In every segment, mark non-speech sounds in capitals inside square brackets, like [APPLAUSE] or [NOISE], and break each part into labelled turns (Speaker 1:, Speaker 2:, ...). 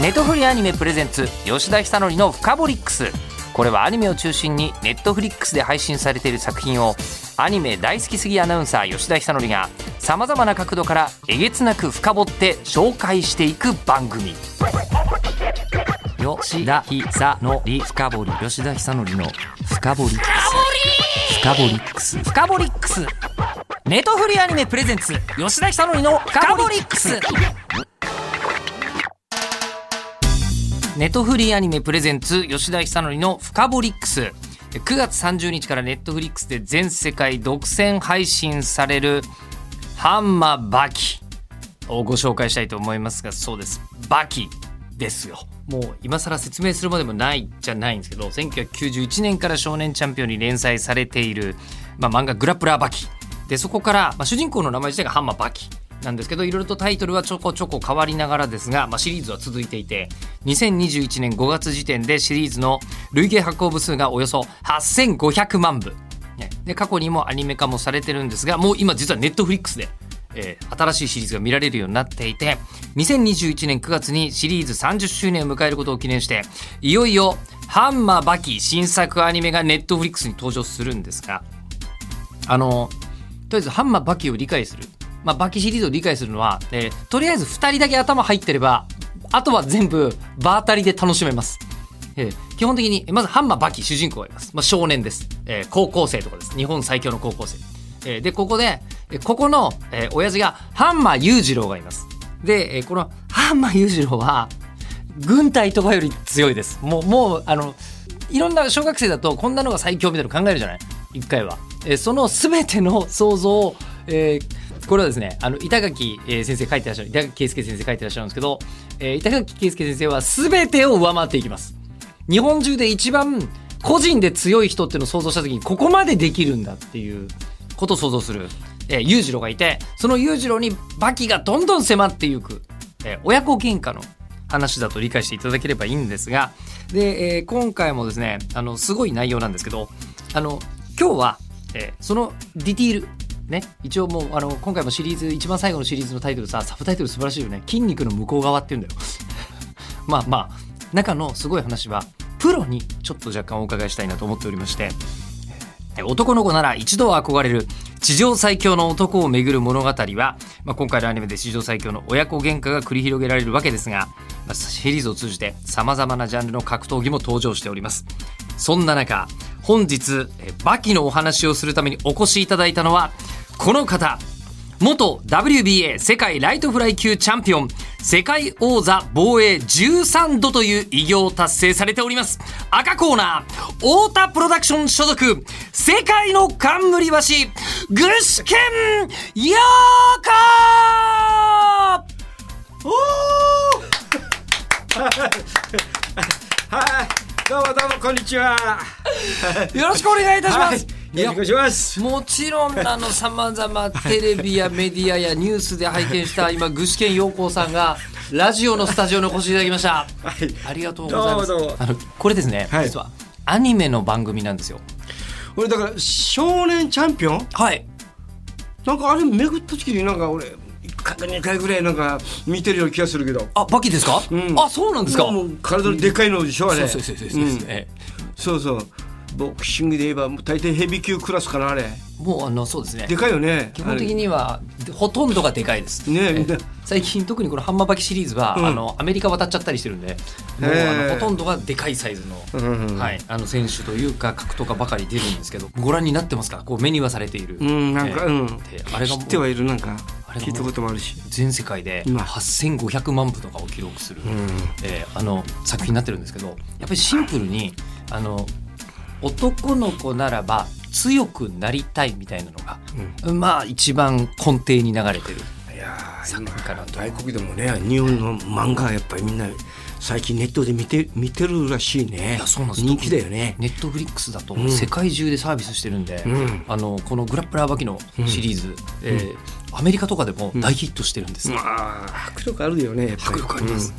Speaker 1: ネットフリアニメプレゼンツ吉田久典の「フカボリックス」これはアニメを中心にネットフリックスで配信されている作品をアニメ大好きすぎアナウンサー吉田久典がさまざまな角度からえげつなく深掘って紹介していく番組吉田久典深掘り吉田久典の「深掘り」深掘りックス深掘りックスネトフリアニメプレゼンツ吉田久典の「深掘りックス」ネトフリアニメプレゼンツ吉田久典の「深掘りックス」9月30日からネットフリックスで全世界独占配信される「ハンマーバキ」をご紹介したいと思いますがそうですバキですよもう今更説明するまでもないじゃないんですけど1991年から「少年チャンピオン」に連載されている、まあ、漫画「グラップラーバキ」でそこから、まあ、主人公の名前自体がハンマーバキなんですけどいろいろとタイトルはちょこちょこ変わりながらですが、まあ、シリーズは続いていて2021年5月時点でシリーズの累計発行部数がおよそ8500万部、ねで過去にもアニメ化もされてるんですがもう今実はネットフリックスでえー新しいシリーズが見られるようになっていて2021年9月にシリーズ30周年を迎えることを記念していよいよ「ハンマーバキ」新作アニメがネットフリックスに登場するんですがあのとりあえずハンマーバキを理解する、まあ、バキシリーズを理解するのは、えーとりあえず2人だけ頭入ってればあとは全部場当たりで楽しめます。えー基本的にまずハンマーバキ主人公がいます、まあ、少年です、えー高校生とかです日本最強の高校生、えーでここで、えーここの、えー親父がハンマー裕次郎がいますで、えーこのハンマー裕次郎は軍隊とかより強いですもうもうあのいろんな小学生だとこんなのが最強みたいなの考えるじゃない一回は、えーその全ての想像を、えーこれはですねあの板垣えー先生書いてらっしゃる板垣圭介先生書いてらっしゃるんですけど、えー板垣圭介先生は全てを上回っていきます日本中で一番個人で強い人っていうのを想像した時にここまでできるんだっていうことを想像する、えー、裕次郎がいてその裕次郎にバキがどんどん迫っていく、えー親子喧嘩の話だと理解していただければいいんですがで、えー今回もですねあのすごい内容なんですけどあの今日は、えーそのディティールね、一応もうあの今回もシリーズ一番最後のシリーズのタイトルさサブタイトル素晴らしいよね「筋肉の向こう側」って言うんだよまあまあ中のすごい話はプロにちょっと若干お伺いしたいなと思っておりましてえー男の子なら一度は憧れる地上最強の男をめぐる物語は、まあ、今回のアニメで史上最強の親子喧嘩が繰り広げられるわけですが、まあシリーズを通じてさまざまなジャンルの格闘技も登場しておりますそんな中本日えーバキのお話をするためにお越しいただいたのはこの方元 WBA 世界ライトフライ級チャンピオン世界王座防衛13度という偉業を達成されております赤コーナー太田プロダクション所属世界の冠橋具志堅陽
Speaker 2: [LAUGHS]
Speaker 1: 子
Speaker 2: はい、どうもどうもこんにちは。
Speaker 1: よろしくお願いいたしま
Speaker 2: は
Speaker 1: す、
Speaker 2: い、よろしくお願いします。
Speaker 1: もちろんあのさまざまテレビやメディアやニュースで拝見した今具志堅用高さんがラジオのスタジオにお越しいただきました、
Speaker 2: はい
Speaker 1: ありがとうございます
Speaker 2: どうもどうも
Speaker 1: あのこれですね、
Speaker 2: はい
Speaker 1: 実はアニメの番組なんですよ
Speaker 2: 俺だから少年チャンピオン
Speaker 1: はい
Speaker 2: なんかあれ巡った時になんか俺一回か二回ぐらいなんか見てるような気がするけど。
Speaker 1: あバキですか、
Speaker 2: ん
Speaker 1: あそうなんですか
Speaker 2: もう体のでかいのでしょあ
Speaker 1: そ
Speaker 2: れ。
Speaker 1: うそうそうそうそううんえ
Speaker 2: そうそう。ボクシングで言えばもう大体ヘビー級クラスかなあれ。
Speaker 1: えもうあのそうですね
Speaker 2: でかいよね。
Speaker 1: 基本的にはほとんどがでかいです
Speaker 2: あれね。
Speaker 1: 最近特にこのハンマーバキシリーズは、
Speaker 2: うん
Speaker 1: あのアメリカ渡っちゃったりしてるんでもうあ
Speaker 2: へ
Speaker 1: の
Speaker 2: え
Speaker 1: ほとんどがでかいサイズの、
Speaker 2: うんうん
Speaker 1: はい、あの選手というか格闘家ばかり出るんですけどご覧になってますかこう目にはされている、
Speaker 2: うんなん
Speaker 1: え
Speaker 2: か
Speaker 1: え
Speaker 2: うん
Speaker 1: であれが
Speaker 2: 知
Speaker 1: もう
Speaker 2: ってはいるなんか
Speaker 1: あれがもう
Speaker 2: 聞いたこともあるし。
Speaker 1: 全世界で
Speaker 2: うん
Speaker 1: 8500万部とかを記録する、えーあの作品になってるんですけどやっぱりシンプルにあの男の子ならば強くなりたいみたいなのが、まあ一番根底に流れてる
Speaker 2: いやー
Speaker 1: 作品かなと。
Speaker 2: 外国でもね日本の漫画はやっぱりみんな最近ネットで見て見てるらしいね
Speaker 1: いやそうなんです
Speaker 2: 人気だよね
Speaker 1: ネットフリックスだと
Speaker 2: ん
Speaker 1: 世界中でサービスしてるんで、
Speaker 2: ん
Speaker 1: あのこの「グラップラーバキ」のシリーズ、えーアメリカとかでも大ヒットしてるんです、
Speaker 2: まあ迫力あるよねやっぱり
Speaker 1: 迫力あります、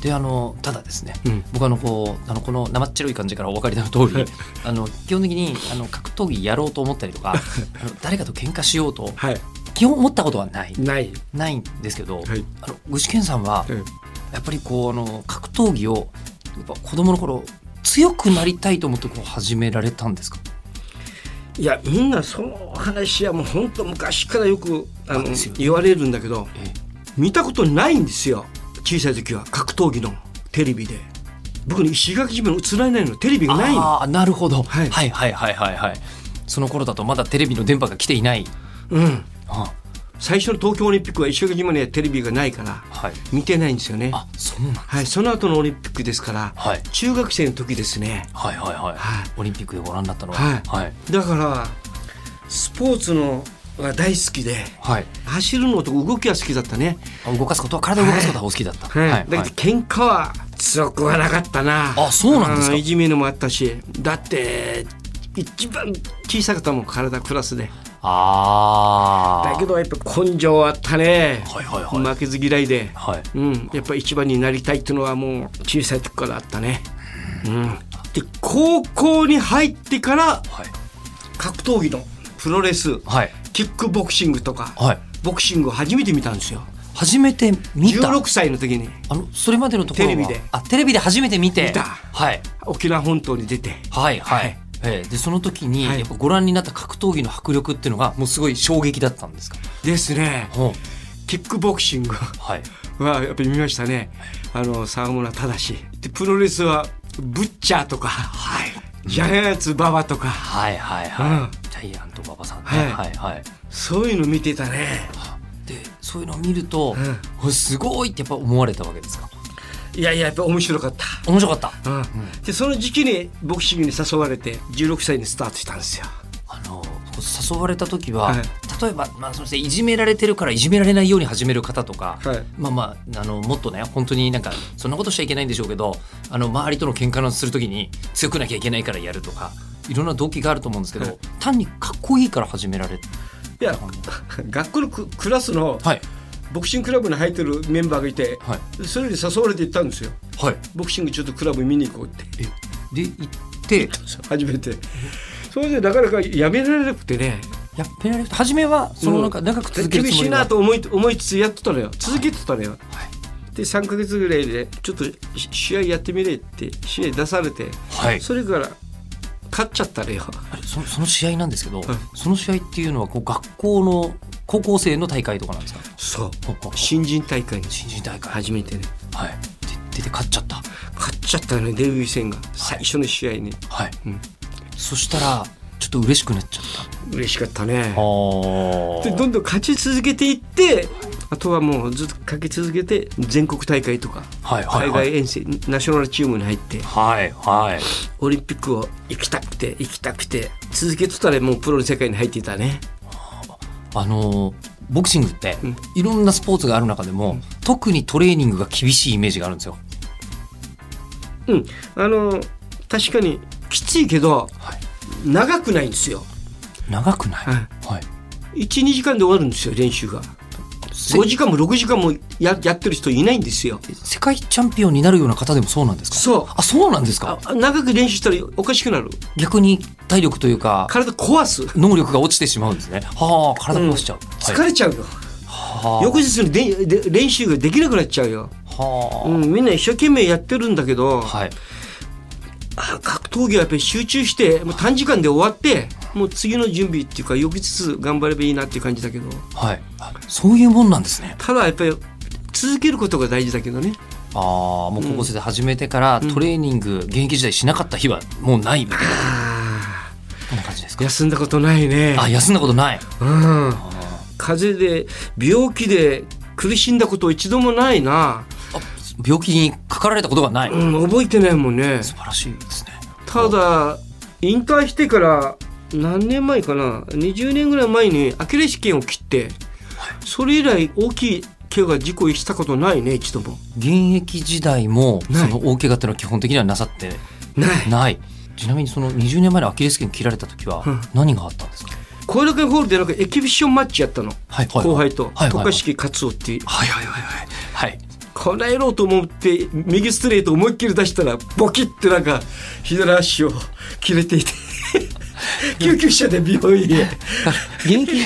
Speaker 1: であのただですね、
Speaker 2: うん
Speaker 1: 僕あのこうあのこの生っ白い感じからお分かりの通
Speaker 2: [LAUGHS]
Speaker 1: りあの基本的にあの格闘技やろうと思ったりと
Speaker 2: [LAUGHS]
Speaker 1: かあの誰かと喧嘩しようと
Speaker 2: うんはい
Speaker 1: 基本思ったことはない
Speaker 2: ない
Speaker 1: ないんですけど、
Speaker 2: はい
Speaker 1: あの具志堅さんは、
Speaker 2: うん
Speaker 1: やっぱりこうあの格闘技をやっぱ子供の頃強くなりたいと思ってこう始められたんですか
Speaker 2: いやみんなその話はもう本当昔からよくあの
Speaker 1: ですよね
Speaker 2: 言われるんだけど
Speaker 1: え
Speaker 2: 見たことないんですよ小さい時は格闘技のテレビで僕に石垣島に映られないのテレビがないの
Speaker 1: ああなるほど、は、
Speaker 2: はいい
Speaker 1: はいはいはいはいその頃だとまだテレビの電波が来ていない
Speaker 2: うん
Speaker 1: あ
Speaker 2: 最初の東京オリンピックは石垣島にはテレビがないから
Speaker 1: はい
Speaker 2: 見てないんですよね
Speaker 1: あそうなん
Speaker 2: はいその後のオリンピックですから、
Speaker 1: はい
Speaker 2: 中学生の時ですね
Speaker 1: はいはいはい、
Speaker 2: はい
Speaker 1: オリンピックでご覧になったのは
Speaker 2: はい
Speaker 1: はい、
Speaker 2: だからスポーツのが大好きで
Speaker 1: はい
Speaker 2: 走るのと動きは好きだったね、
Speaker 1: あ動かすことは体を動かすことはお好きだった、はいはい
Speaker 2: だけど喧嘩は強くはなかったな
Speaker 1: あそうなんですか
Speaker 2: あのいじめのもあったしだって一番小さかったもん体クラスで
Speaker 1: ああ
Speaker 2: だけどやっぱ根性はあったね、
Speaker 1: はいはいはい
Speaker 2: 負けず嫌いで、
Speaker 1: はい
Speaker 2: うん、やっぱ一番になりたいっていうのはもう小さい時からあったね、うん、で高校に入ってから
Speaker 1: はい
Speaker 2: 格闘技のプロレス
Speaker 1: はい
Speaker 2: キックボクシングとか
Speaker 1: はい
Speaker 2: ボクシングを初めて見たんですよ
Speaker 1: 初めて見た
Speaker 2: 16歳の時に
Speaker 1: あのそれまでのところは
Speaker 2: テレビで
Speaker 1: あテレビで初めて見て
Speaker 2: 見た
Speaker 1: はい
Speaker 2: 沖縄本島に出て
Speaker 1: はいはい、ええでその時に、
Speaker 2: はい
Speaker 1: やっぱご覧になった格闘技の迫力っていうのがもうすごい衝撃だったんですか
Speaker 2: ですね
Speaker 1: ほう
Speaker 2: キックボクシング
Speaker 1: はい
Speaker 2: はやっぱり見ましたねあの沢村忠でプロレスはブッチャーとか、ジャイアンツ馬場とか
Speaker 1: はいはいは
Speaker 2: うん
Speaker 1: いジャイアント馬場さんね、
Speaker 2: はい
Speaker 1: はいはい
Speaker 2: そういうの見てたね
Speaker 1: でそういうのを見ると、おすごいってやっぱ思われたわけですか
Speaker 2: いやいややっぱ面白かった、
Speaker 1: 面白かった
Speaker 2: うんでその時期にボクシングに誘われて16歳にスタートしたんですよ
Speaker 1: あの誘われた時は、
Speaker 2: はい
Speaker 1: 例えば、まあ、そしていじめられてるからいじめられないように始める方とか、
Speaker 2: はい
Speaker 1: まあまああのもっとね本当になんかそんなことしちゃいけないんでしょうけどあの周りとの喧嘩のする時に強くなきゃいけないからやるとかいろんな動機があると思うんですけど、
Speaker 2: はい
Speaker 1: 単にかっこいいから始められる
Speaker 2: いや学校のククラスの
Speaker 1: はい
Speaker 2: ボクシングクラブに入ってるメンバーがいて、
Speaker 1: はい
Speaker 2: それに誘われて行ったんですよ
Speaker 1: はい
Speaker 2: ボクシングちょっとクラブ見に行こうって
Speaker 1: えで行って
Speaker 2: 初めてそれでなかなかやめられなくてね
Speaker 1: やっぱり初めはそのなんか長く続けるつも
Speaker 2: 厳しい
Speaker 1: りは
Speaker 2: なと思い思いつつやってたのよ続けてたのよ、
Speaker 1: はい
Speaker 2: で3か月ぐらいでちょっとし試合やってみれって試合出されて、
Speaker 1: はい
Speaker 2: それから勝っちゃったのよ
Speaker 1: あれそのその試合なんですけど、
Speaker 2: はい
Speaker 1: その試合っていうのはこう学校の高校生の大会とかなんですか
Speaker 2: そう
Speaker 1: ほうほう
Speaker 2: 新人大会に
Speaker 1: 新人大会
Speaker 2: 初めてね
Speaker 1: はいで出て勝っちゃった
Speaker 2: 勝っちゃったのよデビュー戦が最初の試合に
Speaker 1: はい、
Speaker 2: うん
Speaker 1: そしたらちょっと嬉しくなっちゃった
Speaker 2: 嬉しかったね
Speaker 1: あ
Speaker 2: でどんどん勝ち続けていってあとはもうずっとかけ続けて全国大会とか
Speaker 1: はいはい
Speaker 2: 海
Speaker 1: はい
Speaker 2: 外遠征、ナショナルチームに入って
Speaker 1: はいはい
Speaker 2: オリンピックを行きたくて行きたくて続けてたらもうプロの世界に入っていたね
Speaker 1: あのーボクシングっていろんなスポーツがある中でも、特にトレーニングが厳しいイメージがあるんですよ
Speaker 2: うんあの確かにきついけど
Speaker 1: はい
Speaker 2: 長くないんですよ
Speaker 1: 長くない、
Speaker 2: はい
Speaker 1: はい
Speaker 2: 12時間で終わるんですよ練習が
Speaker 1: せ
Speaker 2: 5時間も6時間もややってる人いないんですよ
Speaker 1: 世界チャンピオンになるような方でもそうなんですか
Speaker 2: そう
Speaker 1: あそうなんですか
Speaker 2: あ長く練習したらおかしくなる
Speaker 1: 逆に体力というか
Speaker 2: 体壊す
Speaker 1: 能力が落ちてしまうんですねはあ体が落ちちゃう、
Speaker 2: 疲れちゃうよ、
Speaker 1: はあ
Speaker 2: 翌日にでで練習ができなくなっちゃうよ、
Speaker 1: はあ、
Speaker 2: うん、みんな一生懸命やってるんだけど、
Speaker 1: はい
Speaker 2: あ格闘技はやっぱり集中してもう短時間で終わってもう次の準備っていうか翌日頑張ればいいなっていう感じだけど
Speaker 1: はいあそういうもんなんですね
Speaker 2: ただやっぱり続けることが大事だけどね
Speaker 1: ああもう高校生で始めてからトレーニング、現役時代しなかった日はもうないみたいな
Speaker 2: あ
Speaker 1: こんな感じです
Speaker 2: ー
Speaker 1: か
Speaker 2: 休んだことないね
Speaker 1: あ休んだことない
Speaker 2: うん風邪で病気で苦しんだこと一度もないな、
Speaker 1: 病気にかかられたことがない、
Speaker 2: うん、覚えてないもんね
Speaker 1: 素晴らしいですね
Speaker 2: ただ引退してから何年前かな20年ぐらい前にアキレス腱を切ってそれ以来大きい怪我事故したことないね一度も
Speaker 1: 現役時代もそ
Speaker 2: ない
Speaker 1: の大怪我っていうのは基本的にはなさって
Speaker 2: ない
Speaker 1: ないちなみにその20年前のアキレス腱切られた時は
Speaker 2: うん
Speaker 1: 何があったんですか、
Speaker 2: 後楽園ホールでなんかエキビションマッチやったの
Speaker 1: はいはいはい
Speaker 2: 後輩と
Speaker 1: はいはい
Speaker 2: 渡嘉敷勝夫っていう
Speaker 1: はいはいはいはいはい
Speaker 2: この野郎と思って右ストレ
Speaker 1: [LAUGHS]
Speaker 2: ート思いっきり出したらボキってなんか左足を切れていて救急車で病院へ
Speaker 1: 現役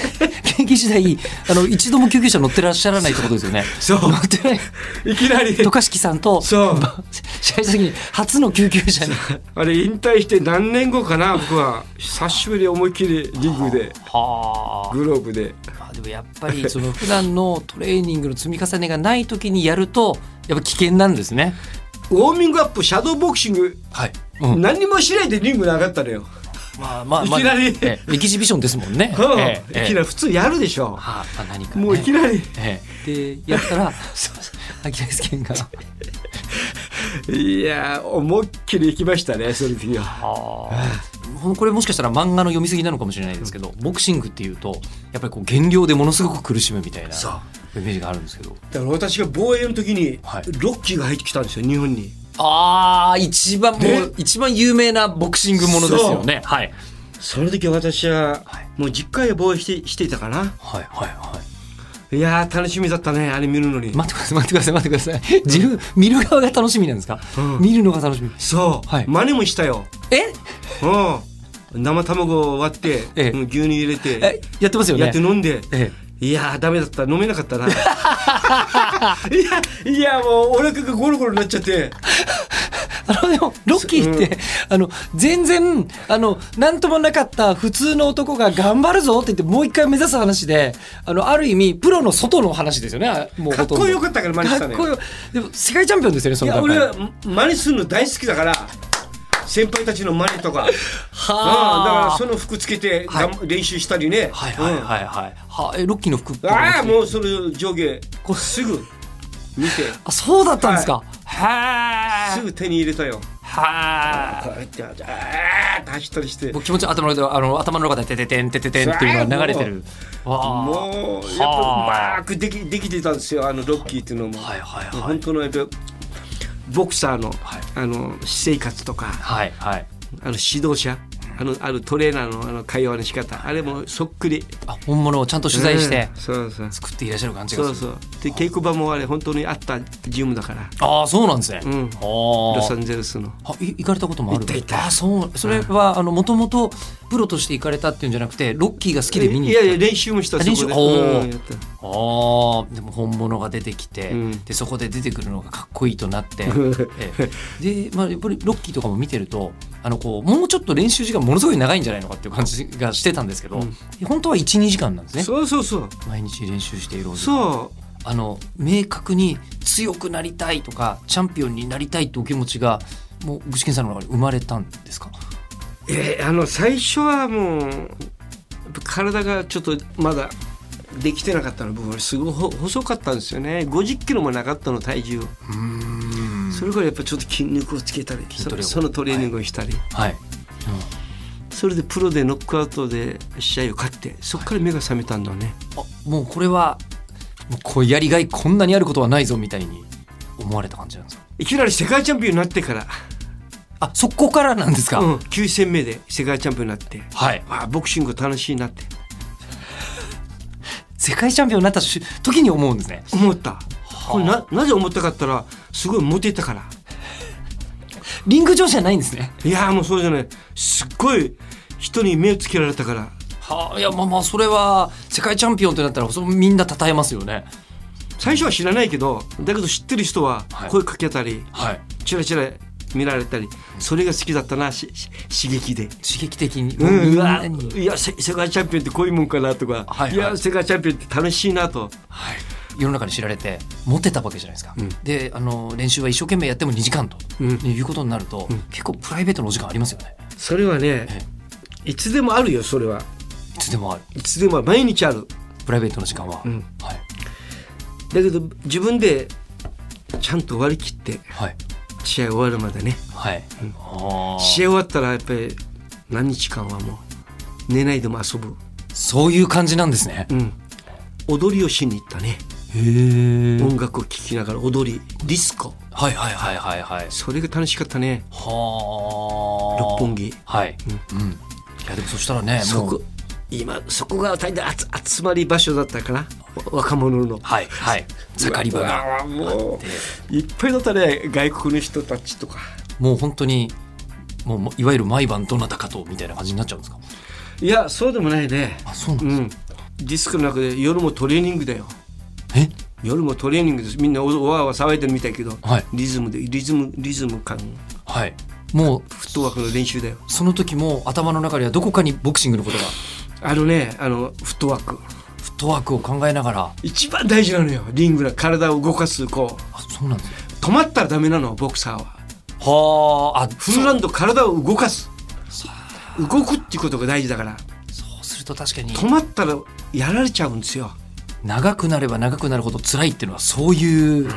Speaker 1: 現役時代あの一度も救急車乗ってらっしゃらないってことですよね
Speaker 2: そう
Speaker 1: 乗ってない
Speaker 2: いきなり
Speaker 1: 渡嘉敷さんと
Speaker 2: そう
Speaker 1: 試合先に初の救急車に
Speaker 2: [LAUGHS] あれ引退して何年後かな僕は久しぶりに思いっきりリングで
Speaker 1: は
Speaker 2: グローブで
Speaker 1: あでもやっぱりその普段のトレーニングの積み重ねがない時にやるとやっぱ危険なんですね
Speaker 2: ウォーミングアップシャドーボクシング
Speaker 1: はい、うん、
Speaker 2: 何にもしないでリングに上がったのよ、
Speaker 1: まあまあまあ
Speaker 2: いきなり
Speaker 1: ええエキシビションですもんね、
Speaker 2: う
Speaker 1: [LAUGHS]
Speaker 2: ん
Speaker 1: ええ
Speaker 2: [LAUGHS]
Speaker 1: ええ
Speaker 2: いきなり普通やるでしょ
Speaker 1: はあ、まあ、何か、ね、
Speaker 2: もうい
Speaker 1: [LAUGHS]
Speaker 2: きなり
Speaker 1: ええでやったらそうアキレス腱が
Speaker 2: いやー思いっきり行きましたねその時は
Speaker 1: ほんこれもしかしたら漫画の読み過ぎなのかもしれないですけど、ボクシングっていうとやっぱりこう減量でものすごく苦しむみたいな
Speaker 2: そう
Speaker 1: イメージがあるんですけど
Speaker 2: だから私が防衛の時に
Speaker 1: はい
Speaker 2: ロッキーが入ってきたんですよ日本に
Speaker 1: あー一番も
Speaker 2: ね
Speaker 1: う一番有名なボクシングものですよねはい
Speaker 2: その時私はもう10回防衛してしていたかな
Speaker 1: はいはいはい
Speaker 2: やー楽しみだったねあれ見るのに、
Speaker 1: い待ってください待ってください待ってください自分見る側が楽しみなんですか、
Speaker 2: うん
Speaker 1: 見るのが楽しみ
Speaker 2: そう、
Speaker 1: はい
Speaker 2: 真似もしたよ
Speaker 1: え
Speaker 2: うん生卵を割って、
Speaker 1: ええ
Speaker 2: うん牛乳入れて、
Speaker 1: えやってますよね
Speaker 2: やって飲んで、
Speaker 1: え
Speaker 2: いやーダメだった飲めな
Speaker 1: [LAUGHS]
Speaker 2: かったないやいやもうお腹がゴロゴロになっちゃって
Speaker 1: あのでもロッキーって、あの全然あの何ともなかった普通の男が頑張るぞって言ってもう一回目指す話であのある意味プロの外の話ですよねあもう
Speaker 2: か
Speaker 1: ほ
Speaker 2: っ
Speaker 1: とんど
Speaker 2: こよかったから真似した
Speaker 1: か
Speaker 2: ね
Speaker 1: っこよでも世界チャンピオンですよねそ
Speaker 2: い
Speaker 1: の
Speaker 2: や
Speaker 1: 段階
Speaker 2: 俺は真似するの大好きだから先輩たちの真似とかあだから
Speaker 1: はあ
Speaker 2: その服つけて、がん練習したりね
Speaker 1: はいはいはいはい、はえロッキーの服
Speaker 2: うんああもうその上下こうすぐ見て
Speaker 1: あそうだったんですかは
Speaker 2: す
Speaker 1: い
Speaker 2: ぐ手に入れたよ
Speaker 1: は
Speaker 2: こうやってあーって走ったりして
Speaker 1: い気持ち頭の中であの頭の中でてててんてててんっていうのが流れてるわあ
Speaker 2: もうやっ
Speaker 1: はあ
Speaker 2: ぱうまくできできてたんですよあのロッキーっていうのも、
Speaker 1: はいはいはい
Speaker 2: 本当のやっぱボクサーの,、
Speaker 1: はい
Speaker 2: あの私生活とか
Speaker 1: はいはい
Speaker 2: あの指導者あのあるトレーナーのあの会話の仕方あれもそっくり
Speaker 1: あ本物をちゃんと取材して
Speaker 2: うんそうそう
Speaker 1: 作っていらっしゃる感じがす
Speaker 2: そ
Speaker 1: る
Speaker 2: うそうで稽古場もあれ本当にあったジムだから
Speaker 1: ああそうなんですね。
Speaker 2: うん
Speaker 1: あ
Speaker 2: ロサ
Speaker 1: ー
Speaker 2: ンゼルスの
Speaker 1: あい行かれたこともある。
Speaker 2: 行った行った
Speaker 1: あーそうそれはあの元々プロとして行かれたっていうんじゃなくてロッキーが好きで見に
Speaker 2: い
Speaker 1: 行っ
Speaker 2: や
Speaker 1: た。
Speaker 2: いや練習もした
Speaker 1: あ
Speaker 2: そ
Speaker 1: 練習
Speaker 2: こで
Speaker 1: おー
Speaker 2: うんやった
Speaker 1: ああでも本物が出てきて、
Speaker 2: うん
Speaker 1: でそこで出てくるのがかっこいいとな
Speaker 2: [LAUGHS]
Speaker 1: って、ええでまあやっぱりロッキーとかも見てるとあのこうもうちょっと練習時間ものすごい長いんじゃないのかっていう感じがしてたんですけど、本当は12時間なんですね
Speaker 2: そうそうそう
Speaker 1: 毎日練習しているお時間
Speaker 2: そ
Speaker 1: あの明確に強くなりたいとかチャンピオンになりたいってお気持ちがもう具志堅さんの中で生まれたんですか
Speaker 2: うえーあの最初はもうやっぱ体がちょっとまだできてなかったの僕はすごいほ細かったんですよね5 0キロもなかったの体重
Speaker 1: うん
Speaker 2: それからやっぱちょっと筋肉をつけたり
Speaker 1: トレを
Speaker 2: そそのトレーニングをしたり、
Speaker 1: はい、
Speaker 2: それでプロでノックアウトで試合を勝ってそこから目が覚めたんだね、
Speaker 1: あもうこれはもうこうやりがいこんなにあることはないぞみたいに思われた感じなんですか
Speaker 2: い、きなり世界チャンピオンになってから
Speaker 1: あそこからなんですか、
Speaker 2: うん、9戦目で世界チャンピオンになって
Speaker 1: はい
Speaker 2: ああボクシング楽しいなって
Speaker 1: 世界チャンピオンになったし時に思うんですね
Speaker 2: 思ったこれななぜ思ったかったらすごいモテたから
Speaker 1: リング上じゃないんですね
Speaker 2: いやーもうそうじゃないすっごい人に目をつけられたから
Speaker 1: はあいやまあまあそれは世界チャンピオンってなったらそれみんな称えますよね
Speaker 2: 最初は知らないけどだけど知ってる人は
Speaker 1: はい
Speaker 2: 声かけたり、
Speaker 1: はい
Speaker 2: チラチラ見られたりそれが好きだったなしし刺激で。
Speaker 1: 刺激的に、
Speaker 2: うん、
Speaker 1: み
Speaker 2: うんわ
Speaker 1: なに
Speaker 2: いやせ世界チャンピオンってこういうもんかなとか、
Speaker 1: はいはいい
Speaker 2: や世界チャンピオンって楽しいなと
Speaker 1: はい、世の中に知られてモテたわけじゃないですか、
Speaker 2: ん
Speaker 1: であの練習は一生懸命やっても2時間と、
Speaker 2: うん
Speaker 1: いうことになると、結構プライベートのお時間ありますよね
Speaker 2: それはねいつでもあるよそれはい
Speaker 1: つでもある
Speaker 2: いつでもある毎日ある
Speaker 1: プライベートの時間は、
Speaker 2: うん
Speaker 1: はい、
Speaker 2: だけど自分でちゃんと割り切って
Speaker 1: はい
Speaker 2: 試合終わるまでね
Speaker 1: はい、あー
Speaker 2: 試合終わったらやっぱり何日間はもう寝ないでも遊ぶ、
Speaker 1: そういう感じなんですね、
Speaker 2: うん、踊りをしに行ったね
Speaker 1: へえ
Speaker 2: 音楽を聴きながら踊りディスコ
Speaker 1: はいはいはいはいはい
Speaker 2: それが楽しかったね
Speaker 1: はあ
Speaker 2: 六本木
Speaker 1: はい、うんいやでもそしたらね
Speaker 2: そ
Speaker 1: もう
Speaker 2: こ今そこが大体集集まり場所だったかなわ若者の
Speaker 1: はいはい盛り場が
Speaker 2: うわもういっぱいだったね外国の人たちとか
Speaker 1: もう本当にもうもういわゆる毎晩どなたかとみたいな感じになっちゃうんですか
Speaker 2: いやそうでもないね
Speaker 1: あそうな
Speaker 2: うん
Speaker 1: です
Speaker 2: んディスクの中で夜もトレーニングだよ
Speaker 1: か、え
Speaker 2: 夜もトレーニングですみんなおわーわー騒いでるみたいけど、
Speaker 1: はい
Speaker 2: リズムでリズムリズム感
Speaker 1: はいもう
Speaker 2: フットワークの練習だよ
Speaker 1: その時も頭の中にはどこかにボクシングのことが
Speaker 2: あのねあのフットワーク
Speaker 1: フットワークを考えながら
Speaker 2: 一番大事なのよリングの体を動かすこう
Speaker 1: あそうなんですね
Speaker 2: 止まったらダメなのボクサーは
Speaker 1: はああ
Speaker 2: フルラウンド体を動かす動くっていうことが大事だから
Speaker 1: そうすると確かに
Speaker 2: 止まったらやられちゃうんですよ
Speaker 1: 長くなれば長くなるほど辛いっていうのはそういう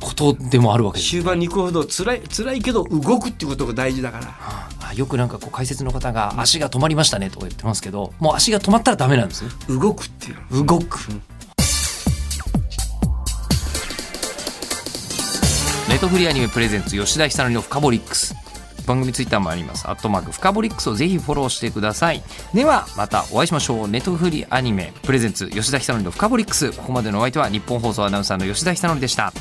Speaker 1: ことでもあるわけです、
Speaker 2: 終盤に行くほど辛い辛いけど動くっていうことが大事だから
Speaker 1: あよくなんかこう解説の方が足が止まりましたねとか言ってますけどもう足が止まったらダメなんですね
Speaker 2: 動くっていうの
Speaker 1: 動くネトフリアニメプレゼンツ吉田久典のフカボリックス番組ツイッターもありますアットマークフカボリックスをぜひフォローしてくださいではまたお会いしましょうネトフリアニメプレゼンツ吉田久典のフカボリックスここまでのお相手は日本放送アナウンサーの吉田久典でした